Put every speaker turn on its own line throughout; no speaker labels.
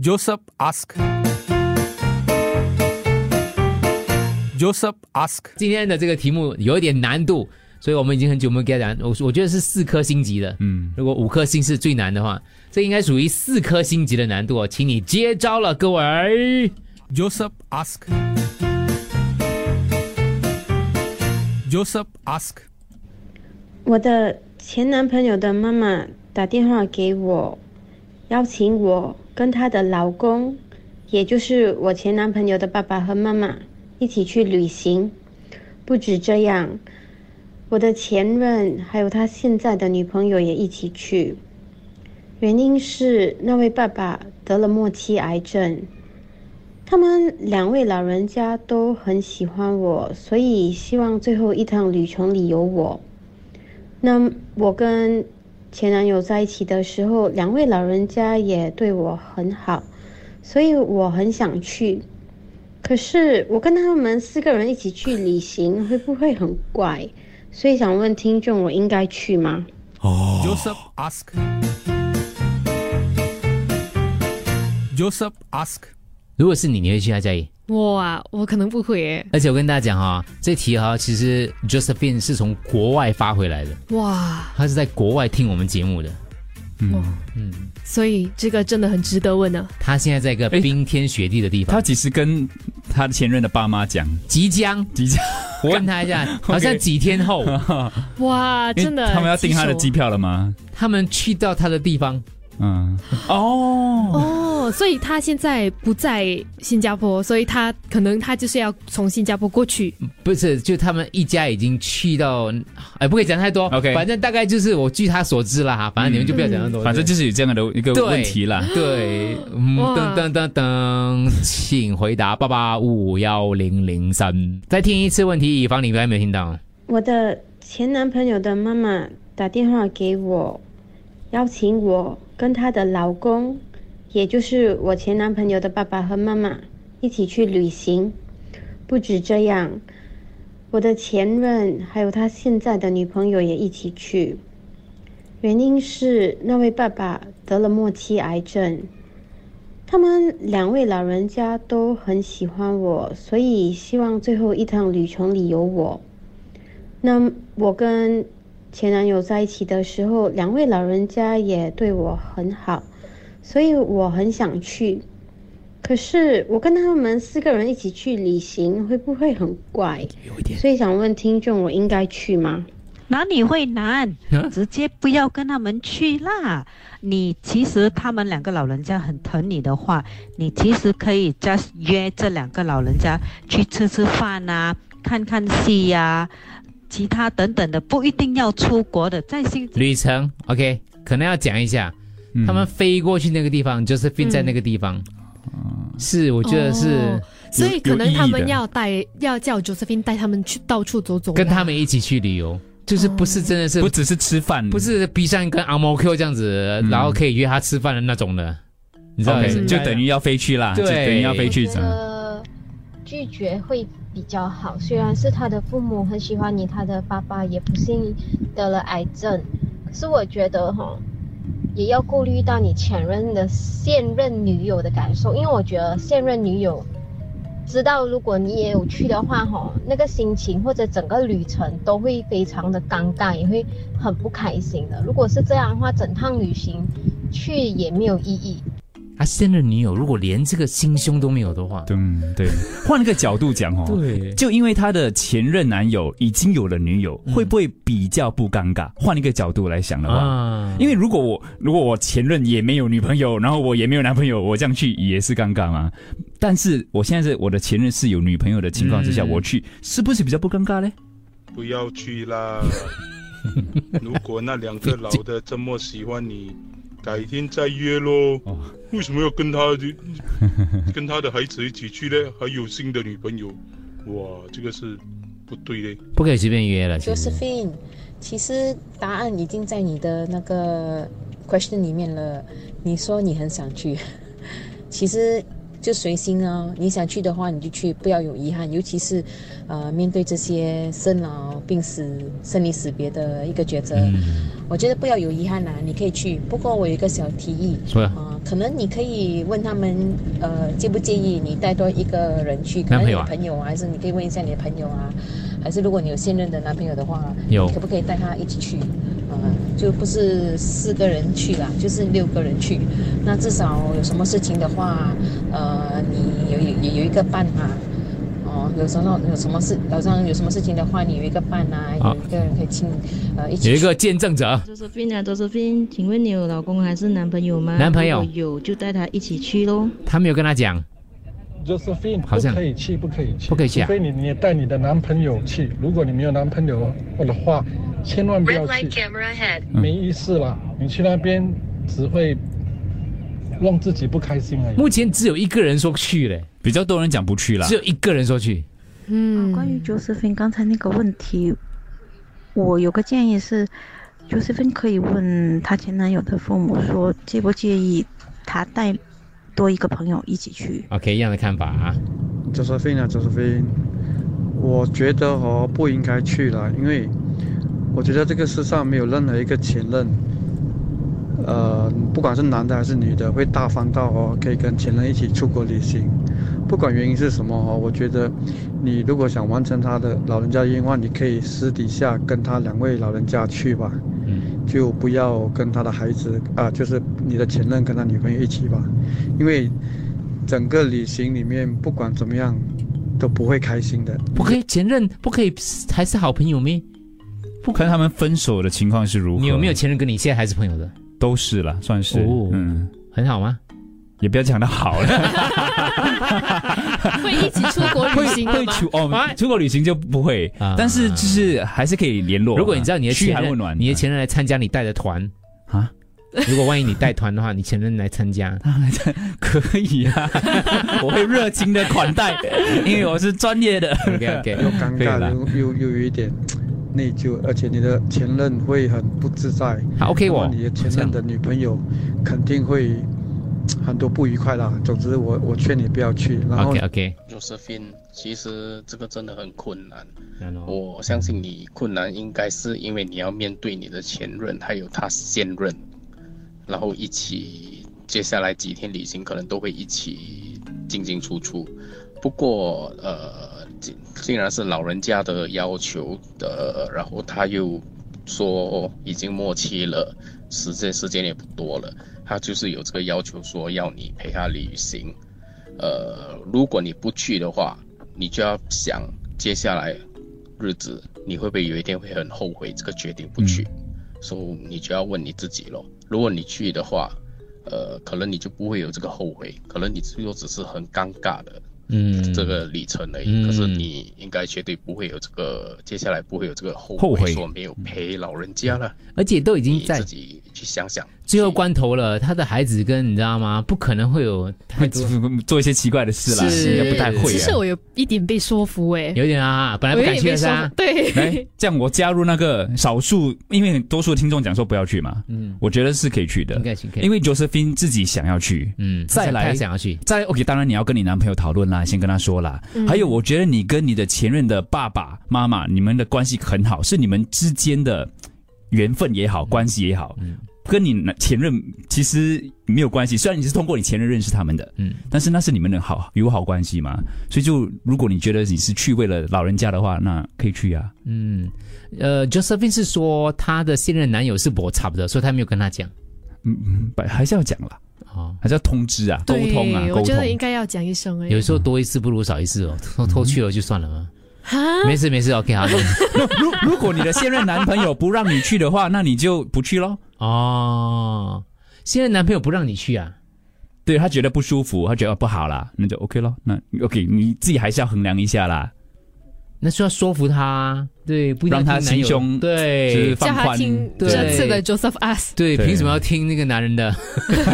Joseph ask。Joseph ask。
今天的这个题目有一点难度，所以我们已经很久没有给大家，我我觉得是四颗星级的。嗯，如果五颗星是最难的话，这应该属于四颗星级的难度哦，请你接招了，各位。
Joseph ask. Joseph ask.
我的前男朋友的妈妈打电话给我，邀请我跟她的老公，也就是我前男朋友的爸爸和妈妈一起去旅行。不止这样，我的前任还有他现在的女朋友也一起去。原因是那位爸爸得了末期癌症，他们两位老人家都很喜欢我，所以希望最后一趟旅程里有我。那我跟前男友在一起的时候，两位老人家也对我很好，所以我很想去。可是我跟他们四个人一起去旅行，会不会很怪？所以想问听众，我应该去吗？
Joseph
Oh.
ask. Joseph ask.
如果是你，你会去啊，嘉怡？
我啊，我可能不会耶。
而且我跟大家讲哈、这题哈、其实 Josephine 是从国外发回来的，
哇，
她是在国外听我们节目的，哦
所以这个真的很值得问呢、
她现在在一个
诶
冰天雪地的地方，
哎他其实跟他前任的爸妈讲，
即将，
即将
我问她一 下，好像几天后，
哇，
因为
啊真的，
他们要订他的
棘
机
手
票了吗？
他们去到她的地方，
嗯，哦，
哦，所以他现在不在新加坡，所以他可能他就是要从新加坡过去。
不是，就他们一家已经去到，哎，不可以讲太多
OK
反正大概就是我据她所知啦哈，嗯反正啊你们就不要讲太多，
嗯反正就是有这样的一个
对
问题啦。
对，嗯，
哇
噔噔噔噔，请回答八八五幺零零三，再听一次问题，以防你刚才没有听到。
我的前男朋友的妈妈打电话给我，邀请我跟她的老公，也就是我前男朋友的爸爸和妈妈一起去旅行。不止这样，我的前任还有他现在的女朋友也一起去。原因是那位爸爸得了末期癌症，他们两位老人家都很喜欢我，所以希望最后一趟旅程里有我。那我跟前男友在一起的时候，两位老人家也对我很好，所以我很想去。可是我跟他们四个人一起去旅行，会不会很怪？所以想问听众，我应该去吗？
哪里会难
啊？
直接不要跟他们去啦。你其实他们两个老人家很疼你的话，你其实可以 just 约这两个老人家去吃吃饭啊，看看戏呀、其他等等的，不一定要出国的，在新
旅程，OK，可能要讲一下，
嗯
他们飞过去那个地方，就是飞在那个地方，是我觉得是
哦所以可
有
能
意义
他们
的
要带，要叫 Josephine 带他们去到处走走啦，
跟他们一起去旅游，就是不是真的是
不只是吃饭，嗯
不是 B 站跟 a m o Q 这样子，然后可以约他吃饭的那种的，你知道
OK，
吗？
就等于要飞去啦，
对
就等于要
可
飞
以
去
我
这
觉
样。
得拒绝会比较好，虽然是他的父母很喜欢你，他的爸爸也不幸得了癌症，可是我觉得哈，也要顾虑到你前任的现任女友的感受，因为我觉得现任女友知道如果你也有去的话哈，那个心情或者整个旅程都会非常的尴尬，也会很不开心的。如果是这样的话，整趟旅行去也没有意义。
他啊现任女友如果连这个心胸都没有的话，
嗯， 对，换个角度讲哦，
对
就因为他的前任男友已经有了女
嗯
友，会不会比较不尴尬？换一个角度来想的话，
啊，
因为如果我如果我前任也没有女朋友，然后我也没有男朋友，我这样去也是尴尬嘛。但是我现在是我的前任是有女朋友的情况之下，
嗯
我去是不是比较不尴尬嘞？
不要去啦！如果那两个老的这么喜欢你，改天再约喽
哦。
为什么要跟他的跟他的孩子一起去呢？还有新的女朋友，哇，这个是不对嘞。
不可以随便约了。其实
Josephine，其实答案已经在你的那个 question 里面了。你说你很想去，其实就随心啊，你想去的话你就去，不要有遗憾。尤其是，呃，面对这些生老病死、生离死别的一个抉择，
嗯
嗯
我觉得不要有遗憾啦、你可以去。不过我有一个小提议，
说呀
啊、可能你可以问他们，呃，介不介意你带多一个人去，可
男朋友
能你的
啊
朋友啊，还是你可以问一下你的朋友啊，还是如果你有现任的男朋友的话，
有
你可不可以带他一起去？呃，就不是四个人去啦，就是六个人去。那至少有什么事情的话，呃，你有有有有一个伴啊。哦，有时候有什么事，早上有什么事情的话，你有一个伴啊，
啊
有一个人可以亲，呃，一起
有一
去
个见证者，
Josephine 啊，Josephine，请问你有老公还是男朋友吗？
男朋友
如果有就带他一起去喽。
他没有跟他讲，
Josephine，
好像
不可以去，不可以去，
不可以去啊
除非你你也带你的男朋友去。如果你没有男朋友的话，千万不要去，没意思啦。你去那边只会让自己不开心啊而已。
目前只有一个人说去嘞，
比较多人讲不去啦
只。有一个人说去，
嗯，
啊关于 Josephine 刚才那个问题，我有个建议是，Josephine 可以问她前男友的父母说，介不介意她带多一个朋友一起去。
OK，一样的看法啊。
Josephine 啊，Josephine，我觉得哦不应该去了，因为我觉得这个世上没有任何一个前任，呃，不管是男的还是女的，会大方到哦可以跟前任一起出国旅行。不管原因是什么哦，我觉得你如果想完成他的老人家愿望，你可以私底下跟他两位老人家去吧，
嗯
就不要跟他的孩子啊、就是你的前任跟他女朋友一起吧，因为整个旅行里面，不管怎么样，都不会开心的。
不可以前任，不可以还是好朋友咩？
不看他们分手的情况是如何，
你有没有前任跟你现在还是朋友的？
都是啦，算是。
哦
嗯，
很好吗？
也不要讲的好了，
会哎一起出国旅行的
会
吗？
出哦，出国旅行就不会
啊，
但是就是还是可以联络啊。
如果你知道你的
嘘
前
寒
任
问暖，，
你的前任来参加你带的团
啊，
如果万一你带团的话，你前任来参 加，
可以 啊，我会热情的款待，因为我是专业的。
OK OK，
又尴
可以啦
尬，又又又有一点内疚，而且你的前任会很不自在。
好 OK
那么
我
你的前
这样
任的女朋友肯定会很多不愉快啦。总之我，我劝你不要去。然后
OK OK，
Josephine，其实这个真的很困难。嗯
然后
我相信你困难应该是因为你要面对你的前任，还有他现任，然后一起接下来几天旅行可能都会一起进进出出。不过呃，既竟然是老人家的要求的，然后他又说已经末期了，时间时间也不多了，他就是有这个要求说要你陪他旅行。呃，如果你不去的话，你就要想接下来日子你会不会有一天会很后悔这个决定不去，所以、你就要问你自己咯。如果你去的话，呃，可能你就不会有这个后悔，可能你最多只是很尴尬的
嗯，
这个旅程而已。
嗯
可是你应该绝对不会有这个，接下来不会有这个后
后悔
说没有陪老人家了。
而且都已经
你
在
自己去想想，
最后关头了，他的孩子跟你知道吗？不可能会有太
会
多，
做一些奇怪的事啦，
是
应该不太会
其实
啊。
我有一点被说服哎、
有点啊，本来
我
不
有点
敢去
被
的
说
噻
服，，对，
来，这样我加入那个少数，因为多数听众讲说不要去嘛，
嗯，
我觉得是可以去的
应，该行，可以
因为 Josephine 自己想要去。
嗯，
再来
他想要去，嗯
再 OK，当然你要跟你男朋友讨论啦，先跟他说啦。还有，我觉得你跟你的前任的爸爸妈妈，你们的关系很好，是你们之间的缘分也好，关系也好，
嗯
跟你男前任其实没有关系。虽然你是通过你前任认识他们的，
嗯，
但是那是你们的好友好关系嘛。所以就如果你觉得你是去为了老人家的话，那可以去啊。
嗯，呃，Josephine 是说她的现任男友是我差不的，所以她没有跟她讲。
嗯嗯，不还是要讲啦，
哦，
还是要通知啊，沟
对
通啊，
我
沟
觉得应
通。嗯
该要讲一声哎、
有时候多一事不如少一事哦，偷偷去了就算了嘛。
哈，
没事没事，OK 好。
如如哦果你的现任男朋友不让你去的话，那你就不去喽。
哦，现在男朋友不让你去啊？
对他觉得不舒服，他觉得哦不好啦，那就 OK 咯。那 OK，你自己还是要衡量一下啦，
那是要说服他啊，对，不一定要
让他
听男友
心胸就是
对
叫
放
他
宽。
听
对
这次的 Joseph Us，
对，
对
凭什么要听那个男人的？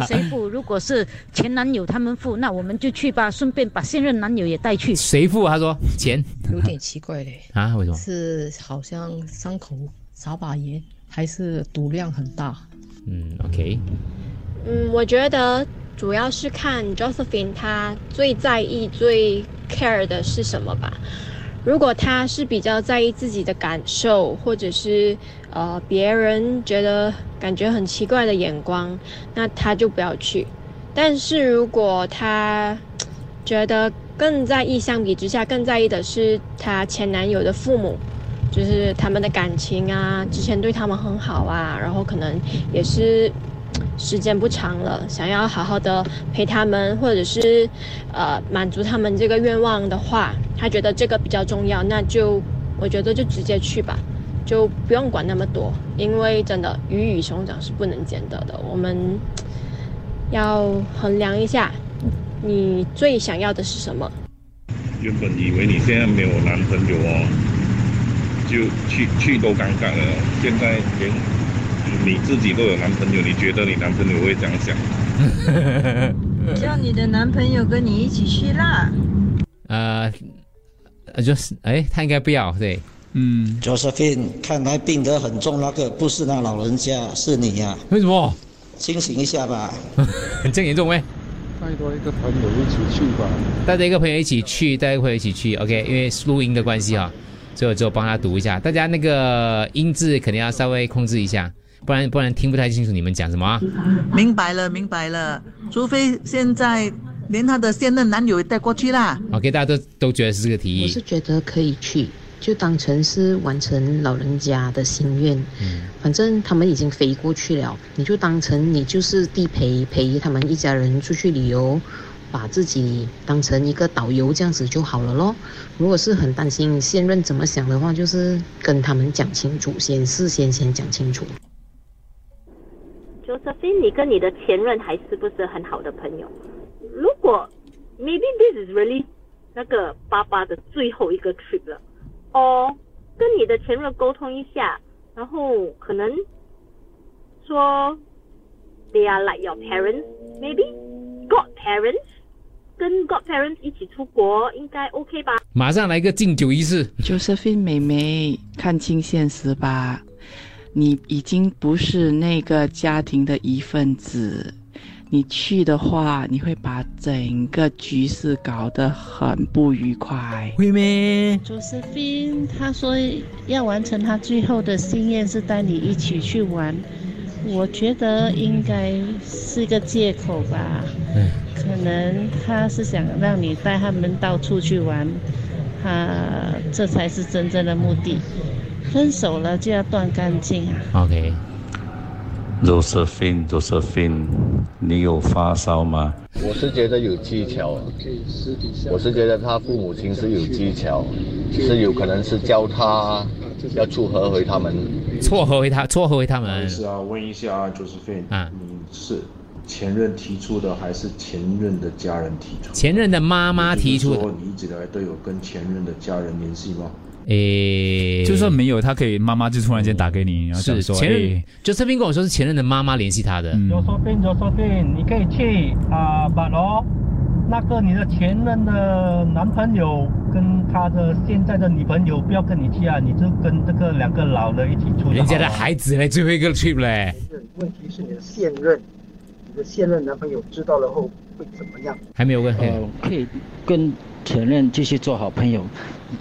是谁付？如果是前男友他们付，那我们就去吧，顺便把现任男友也带去。嗯
谁付？啊他说钱
有点奇怪嘞，
啊？为什么？
是好像伤口少把盐，还是赌量很大？
嗯，OK，
嗯，我觉得
主要是看 Josephine 她最在意、最 care 的是什么吧。如果她是比较在意自己的感受，或者是呃别人觉得感觉很奇怪的眼光，那她就不要去。但是如果她觉得更在意，相比之下更在意的是她前男友的父母，就是他们的感情啊，之前对他们很好啊，然后可能也是时间不长了，想要好好的陪他们，或者是呃满足他们这个愿望的话，他觉得这个比较重要，那就我觉得就直接去吧，就不用管那么多，因为真的鱼与熊掌是不能兼得的，我们要衡量一下你最想要的是什么。
原本以为你现在没有男朋友哦，就去去都尴尬了。现在连你自己都有男朋友，你觉得你男朋友会怎样想？
叫你的男朋友跟你一起去啦。
呃，呃就是哎，他应该不要对，嗯，
Josephine，看来病得很重，那个不是那老人家，是你呀、
为什么？
清醒一下吧。
很正严重喂。
带多一个朋友一起去吧。
带着一个朋友一起去，带一个朋友一起去，OK，因为录音的关系哈，所以我就帮他读一下，大家那个音质肯定要稍微控制一下，不然不然听不太清楚你们讲什么啊。
明白了，明白了。除非现在连她的现任男友也带过去啦。
OK，大家都都觉得是这个提
我
议
是，觉得可以去，就当成是完成老人家的心愿。
嗯，
反正他们已经飞过去了，你就当成你就是地陪，陪他们一家人出去旅游，把自己当成一个导游这样子就好了咯。如果是很担心现任怎么想的话，就是跟他们讲清楚，先事先先讲清楚。
Josephine，你跟你的前任还是不是很好的朋友？如果 maybe this is really 那个爸爸的最后一个 trip 了，哦，跟你的前任沟通一下，然后可能说 they are like your parents, maybe godparents，跟 godparents 一起出国应该 OK 吧？
马上来个敬酒仪式。
Josephine 妹妹，看清现实吧，你已经不是那个家庭的一份子。你去的话，你会把整个局势搞得很不愉快。会咩？
Josephine，他说要完成他最后的心愿是带你一起去玩，我觉得应该是个借口吧。可能他是想让你带他们到处去玩，他这才是真正的目的。分手了就要断干净啊！
OK，
Josephine，Josephine，你有发烧吗？
我是觉得有技巧，我是觉得他父母亲是有技巧，是有可能是教他要撮合回他们。
撮合回他，撮合回他们。
是啊，问一下啊，Josephine，
啊
你是前任提出的，还是前任的家人提出？
前任的妈妈提出
也就是
的，
说你一直以来都有跟前任的家人联系吗？
诶，
就算没有，他可以妈妈就突然间打给你，然后讲
嗯是
说，
前任
哎，嗯
就这边跟我说是前任的妈妈联系他的。
Josephine Josephine，你可以去啊，把、哦，那个你的前任的男朋友跟他的现在的女朋友不要跟你去啊，你就跟这个两个老人一起出去。
人家的孩子嘞，最后一个 trip 嘞，
问题是你的现任，你的现任男朋友知道了后会怎么样？
还没有问。
呃，可以跟前任继续做好朋友，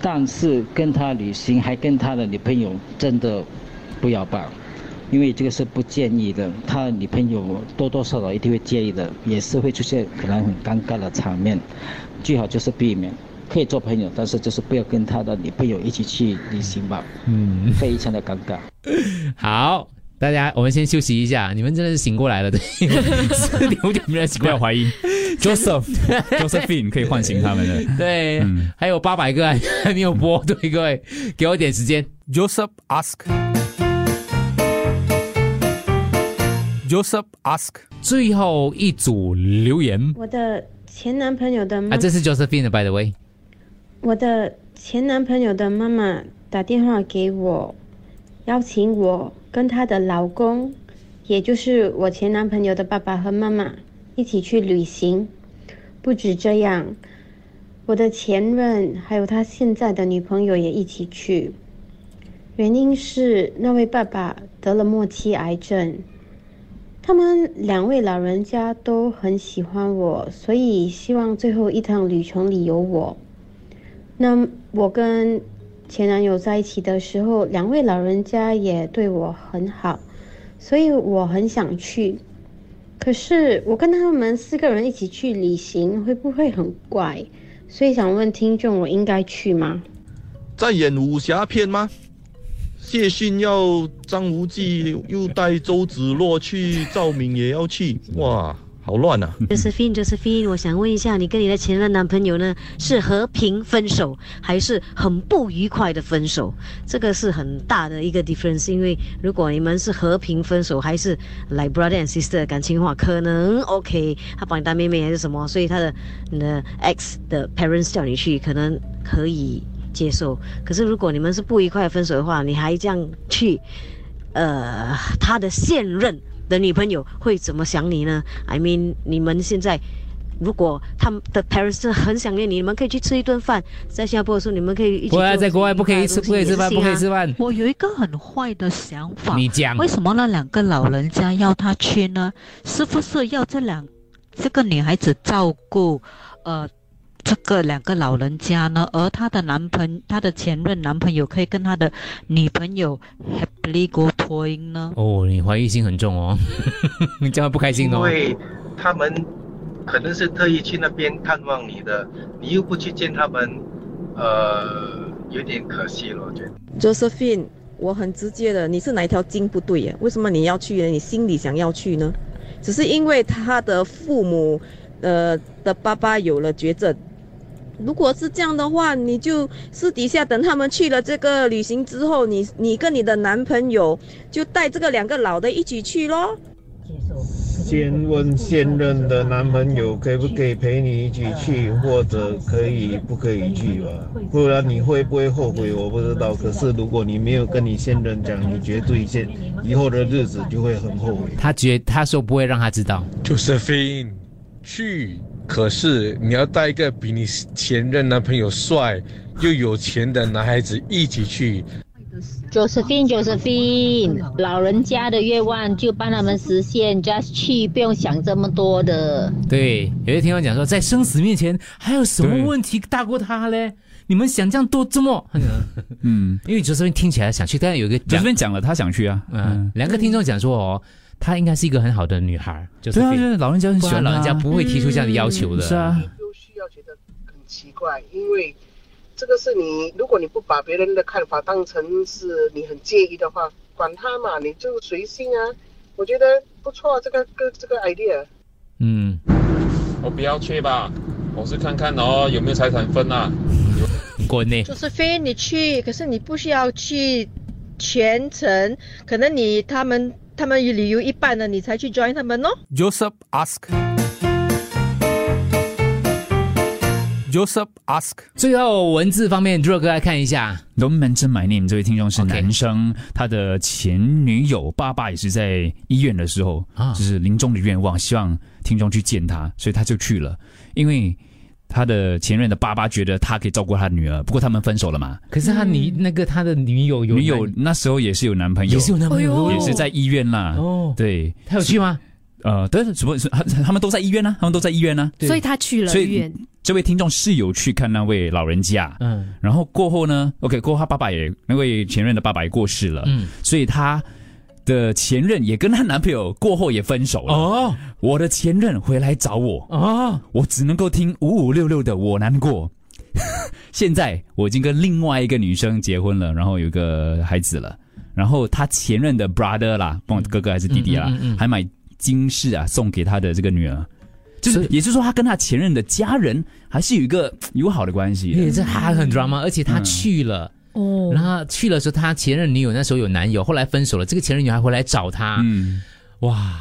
但是跟他旅行还跟他的女朋友真的不要吧，因为这个是不建议的。他的女朋友多多少少一定会介意的，也是会出现可能很尴尬的场面，最好就是避免。可以做朋友，但是就是不要跟他的女朋友一起去旅行吧，
嗯，
非常的尴尬。
好，大家我们先休息一下，你们真的是醒过来了，对， 四点五点没人醒
不
过来
要怀疑 ，Joseph Josephine 可以唤醒他们的。嗯
对，还有八百个 还还没有播，对各位，给我一点时间。
Joseph ask. Joseph ask.
最后一组留言
我的前男朋友的妈
啊，这是 Josephine 的，by the way，
我的前男朋友的妈妈打电话给我，邀请我跟她的老公，也就是我前男朋友的爸爸和妈妈一起去旅行。不止这样，我的前任还有他现在的女朋友也一起去。原因是那位爸爸得了末期癌症，他们两位老人家都很喜欢我，所以希望最后一趟旅程里有我。那我跟前男友在一起的时候，两位老人家也对我很好，所以我很想去。可是我跟他们四个人一起去旅行，会不会很怪？所以想问听众，我应该去吗？
在演武侠片吗？谢逊要张无忌，又带周芷若去，赵敏也要去，哇，好乱啊！
Josephine，Josephine，我想问一下，你跟你的前任男朋友呢，是和平分手，还是很不愉快的分手？这个是很大的一个 difference，因为如果你们是和平分手，还是 like brother and sister 的感情的话，可能 OK，他把你当妹妹还是什么，所以他的你的 ex 的 parents 叫你去，可能可以接受。可是如果你们是不愉快的分手的话，你还这样去，呃，他的现任的女朋友会怎么想你呢？I mean，你们现在如果他们的 parents 真的很想念你，你们可以去吃一顿饭，在新加坡的时候你们可以一起
国外
做
在国外不可以吃，不可以吃饭，
啊
不可以吃
啊
饭。
我有一个很坏的想法，
你讲
为什么那两个老人家要他去呢？是不是要这两这个女孩子照顾，呃，这个两个老人家呢？而她的男朋，她的前任男朋友可以跟她的女朋友 happily go toing 呢？
哦，你怀疑心很重哦， 你这样会不开心的
因
哦。
为他们可能是特意去那边探望你的，你又不去见他们，呃，有点可惜了，我觉得。
Josephine，我很直接的，你是哪一条筋不对啊呀？为什么你要去呢？你心里想要去呢？只是因为他的父母，呃的爸爸有了绝症。如果是这样的话，你就私底下等他们去了这个旅行之后，你你跟你的男朋友就带这个两个老的一起去咯。
先问现任的男朋友可不可以陪你一起去，或者可以不可以去吧，不然你会不会后悔我不知道。可是如果你没有跟你现任讲，你绝对现以后的日子就会很后悔。
他觉他说不会让他知道，
Josephine，去，可是你要带一个比你前任男朋友帅又有钱的男孩子一起去，
Josephine Josephine，老人家的愿望就帮他们实现，just 去，不用想这么多的。
对，有些听众讲说，在生死面前还有什么问题大过他嘞？你们想这样多这么？嗯，因为主持人听起来想去，但是有一个主持人
讲了，他想去啊。
嗯，两个听众讲说哦，她应该是一个很好的女孩，就是
对啊对啊老人家很喜欢
老人家
她
不会提出这样的要求的。
嗯是啊，
不需要觉得
很奇怪，因为这个是你，如果你不把别人的看法当成是你很介意的话，管他嘛，你就随性啊。我觉得不错，啊这个个这个 idea。
嗯，
我哦不要去吧，我是看看哦有没有财产分啊。
滚呢！
就是非你去，可是你不需要去全程，可能你他们他们旅游一半了，你才去 join 他们哦。
Joseph ask. Joseph ask.
最后文字方面，朱哥来看一下。
龙门真 my name 这位听众是男生他的前女友爸爸也是在医院的时候，
啊
就是临终的愿望，希望听众去见他，所以他就去了。因为他的前任的爸爸觉得他可以照顾他的女儿，不过他们分手了嘛。
可是
嗯
他你那个他的女友有
女友那时候也是有男朋友，
也是有男朋友
也是在医院啦。
哦，
对，
他有去吗？
呃，对，什么？他他们都在医院呢、啊他们都在医院呢、
所以他去了
所以
医院。
这位听众是有去看那位老人家，嗯，然后过后呢，OK，过后他爸爸也那位前任的爸爸也过世了，嗯，所以他的前任也跟她男朋友过后也分手了。哦，我的前任回来找我，
哦，
我只能够听五五六六的我难过。现在我已经跟另外一个女生结婚了，然后有一个孩子了，然后他前任的 brother 啦，帮我哥哥还是弟弟啦，
嗯嗯嗯嗯
还买金饰啊送给他的这个女儿。就是，也就是说，他跟他前任的家人还是有一个友好的关系的。
也是还很 drama，而且他
嗯
去了。
哦，
嗯
然后去了时候，他前任女友那时候有男友，后来分手了。这个前任女孩回来找他，
嗯，
哇，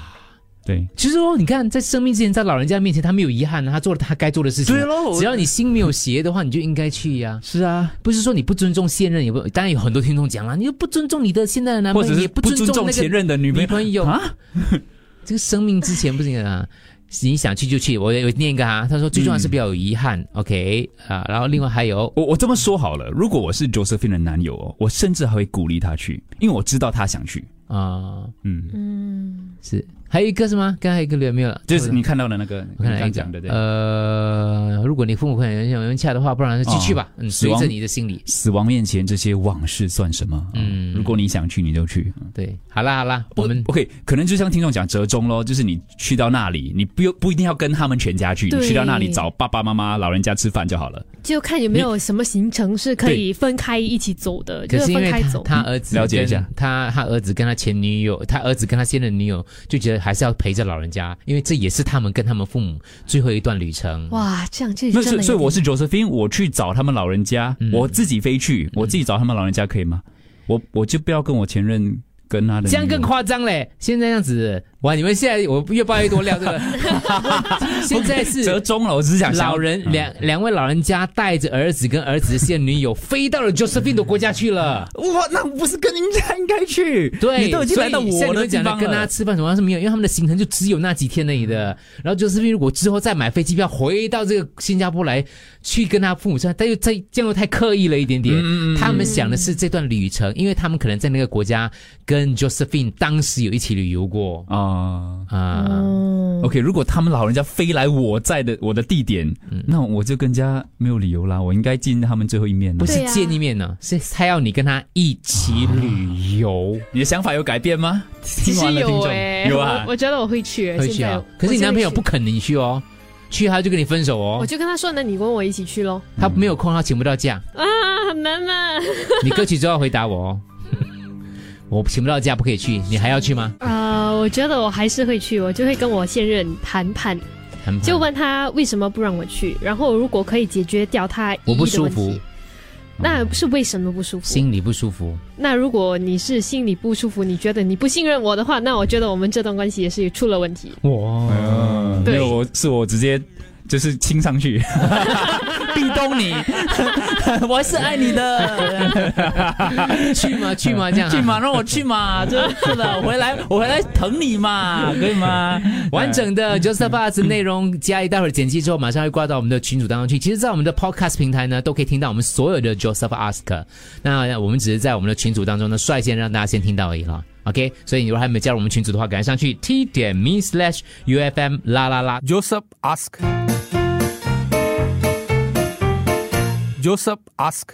对，
其实哦，你看，在生病之前，在老人家面前，他没有遗憾啊，他做了他该做的事情啊。
对咯我
只要你心没有邪的话，你就应该去呀、
是啊，
不是说你不尊重现任，也不当然有很多听众讲了，你又不尊重你的现在的男朋
或
友，
者
你也
是 不
尊
尊
那
重
个
前任的女
女
朋
朋友
友啊。
这个生命之前不行啊，你想去就去。我我念一个啊哈，他说最重要是不要有遗
嗯
憾、o k 啊。然后另外还有，
我我这么说好了，如果我是 Josephine 的男友哦，我甚至还会鼓励他去，因为我知道他想去
啊。
嗯
嗯，
是还有一个是吗？刚才还有一个留没有了？
就是你看到的那个，
我看
你
来
刚
一个
讲的对。
呃，如果你父母很很很恰的话，不然就继续吧
哦。
嗯，
死
随
亡
着你的心理。
死亡面前这些往事算什么？嗯，如果你想去你就去。
对，好啦好啦，我们
OK，可能就像听众讲折中咯，就是你去到那里，你不用不一定要跟他们全家去，你
对
去到那里找爸爸妈妈、老人家吃饭就好了。
就看有没有什么行程是可以分开一起走的，就
可是因
分
为
开
他
走。
他儿子
了解一下
跟他他儿子跟他前女友，他儿子跟他现任女友就觉得还是要陪着老人家，因为这也是他们跟他们父母最后一段旅程。
哇，这样这
那
真
所
的
以所以
有
我是 Josephine，我去找他们老人家，
嗯
我自己飞去，我自己找他们老人家可以吗？我我就不要跟我前任跟他的
这样
女友
更夸张嘞！现在这样子，哇！你们现在我越爆越多料，这 个现在是
折中了。我只是想想要
老人
嗯
两两位老人家带着儿子跟儿子的现女友飞到了 Josephine 的国家去了。
哇，那不是跟人家应该去？
对，
你都已经
所以
来到
像
我
你
的
们
地
讲的
方
跟他
了。
吃饭什么是没有，因为他们的行程就只有那几天而已的。然后 Josephine 如果之后再买飞机票回到这个新加坡来，去跟他父母说，但又再这样又太刻意了一点点。
嗯嗯嗯
他们想的是这段旅程，因为他们可能在那个国家跟 Josephine 当时有一起旅游过
啊
啊。
嗯
OK，如果他们老人家飞来我在的我的地点，
嗯
那我就更加没有理由啦，我应该见他们最后一面啦。
不是见一面呢，是他要你跟他一起旅游。
啊你的想法有改变吗？
其
听
实
完了，听
有
众
哎、
有啊
我，我觉得我会去、欸，
回去
现在
啊
有。
可是你男朋友，不
我现
肯你去哦，去他就跟你分手
在我
哦。
就跟他说，那你跟我一起去喽。
他没有空，他请不到假。
啊， 很难嘛。
你歌曲之后回答我 哦。我请不到假，不可以去，你还要去吗？
啊，我觉得我还是会去，我就会跟我现任谈判，
谈判
就问他为什么不让我去，然后如果可以解决掉他
我不
疑义的
舒
问题
服，
那是为什么不舒服？
心里不舒服。
那如果你是心里不舒服，你觉得你不信任我的话，那我觉得我们这段关系也是出了问题。
哇，
对
嗯没有，我是我直接就是亲上去，壁咚你， 我还是爱你的，
去嘛去嘛这样啊
去嘛让我去嘛，就是的，我回来我回来疼你嘛，可以吗？
完整的 Joseph a s 内容加一待会儿剪辑之后，马上会挂到我们的群组当中去。其实，在我们的 Podcast 平台呢，都可以听到我们所有的 Joseph Ask。那我们只是在我们的群组当中呢，率先让大家先听到而已啦。OK，所以你如果还没有加入我们群组的话，赶快上去 t 点 me slash ufm 啦啦啦 Joseph Ask。
Joseph Ask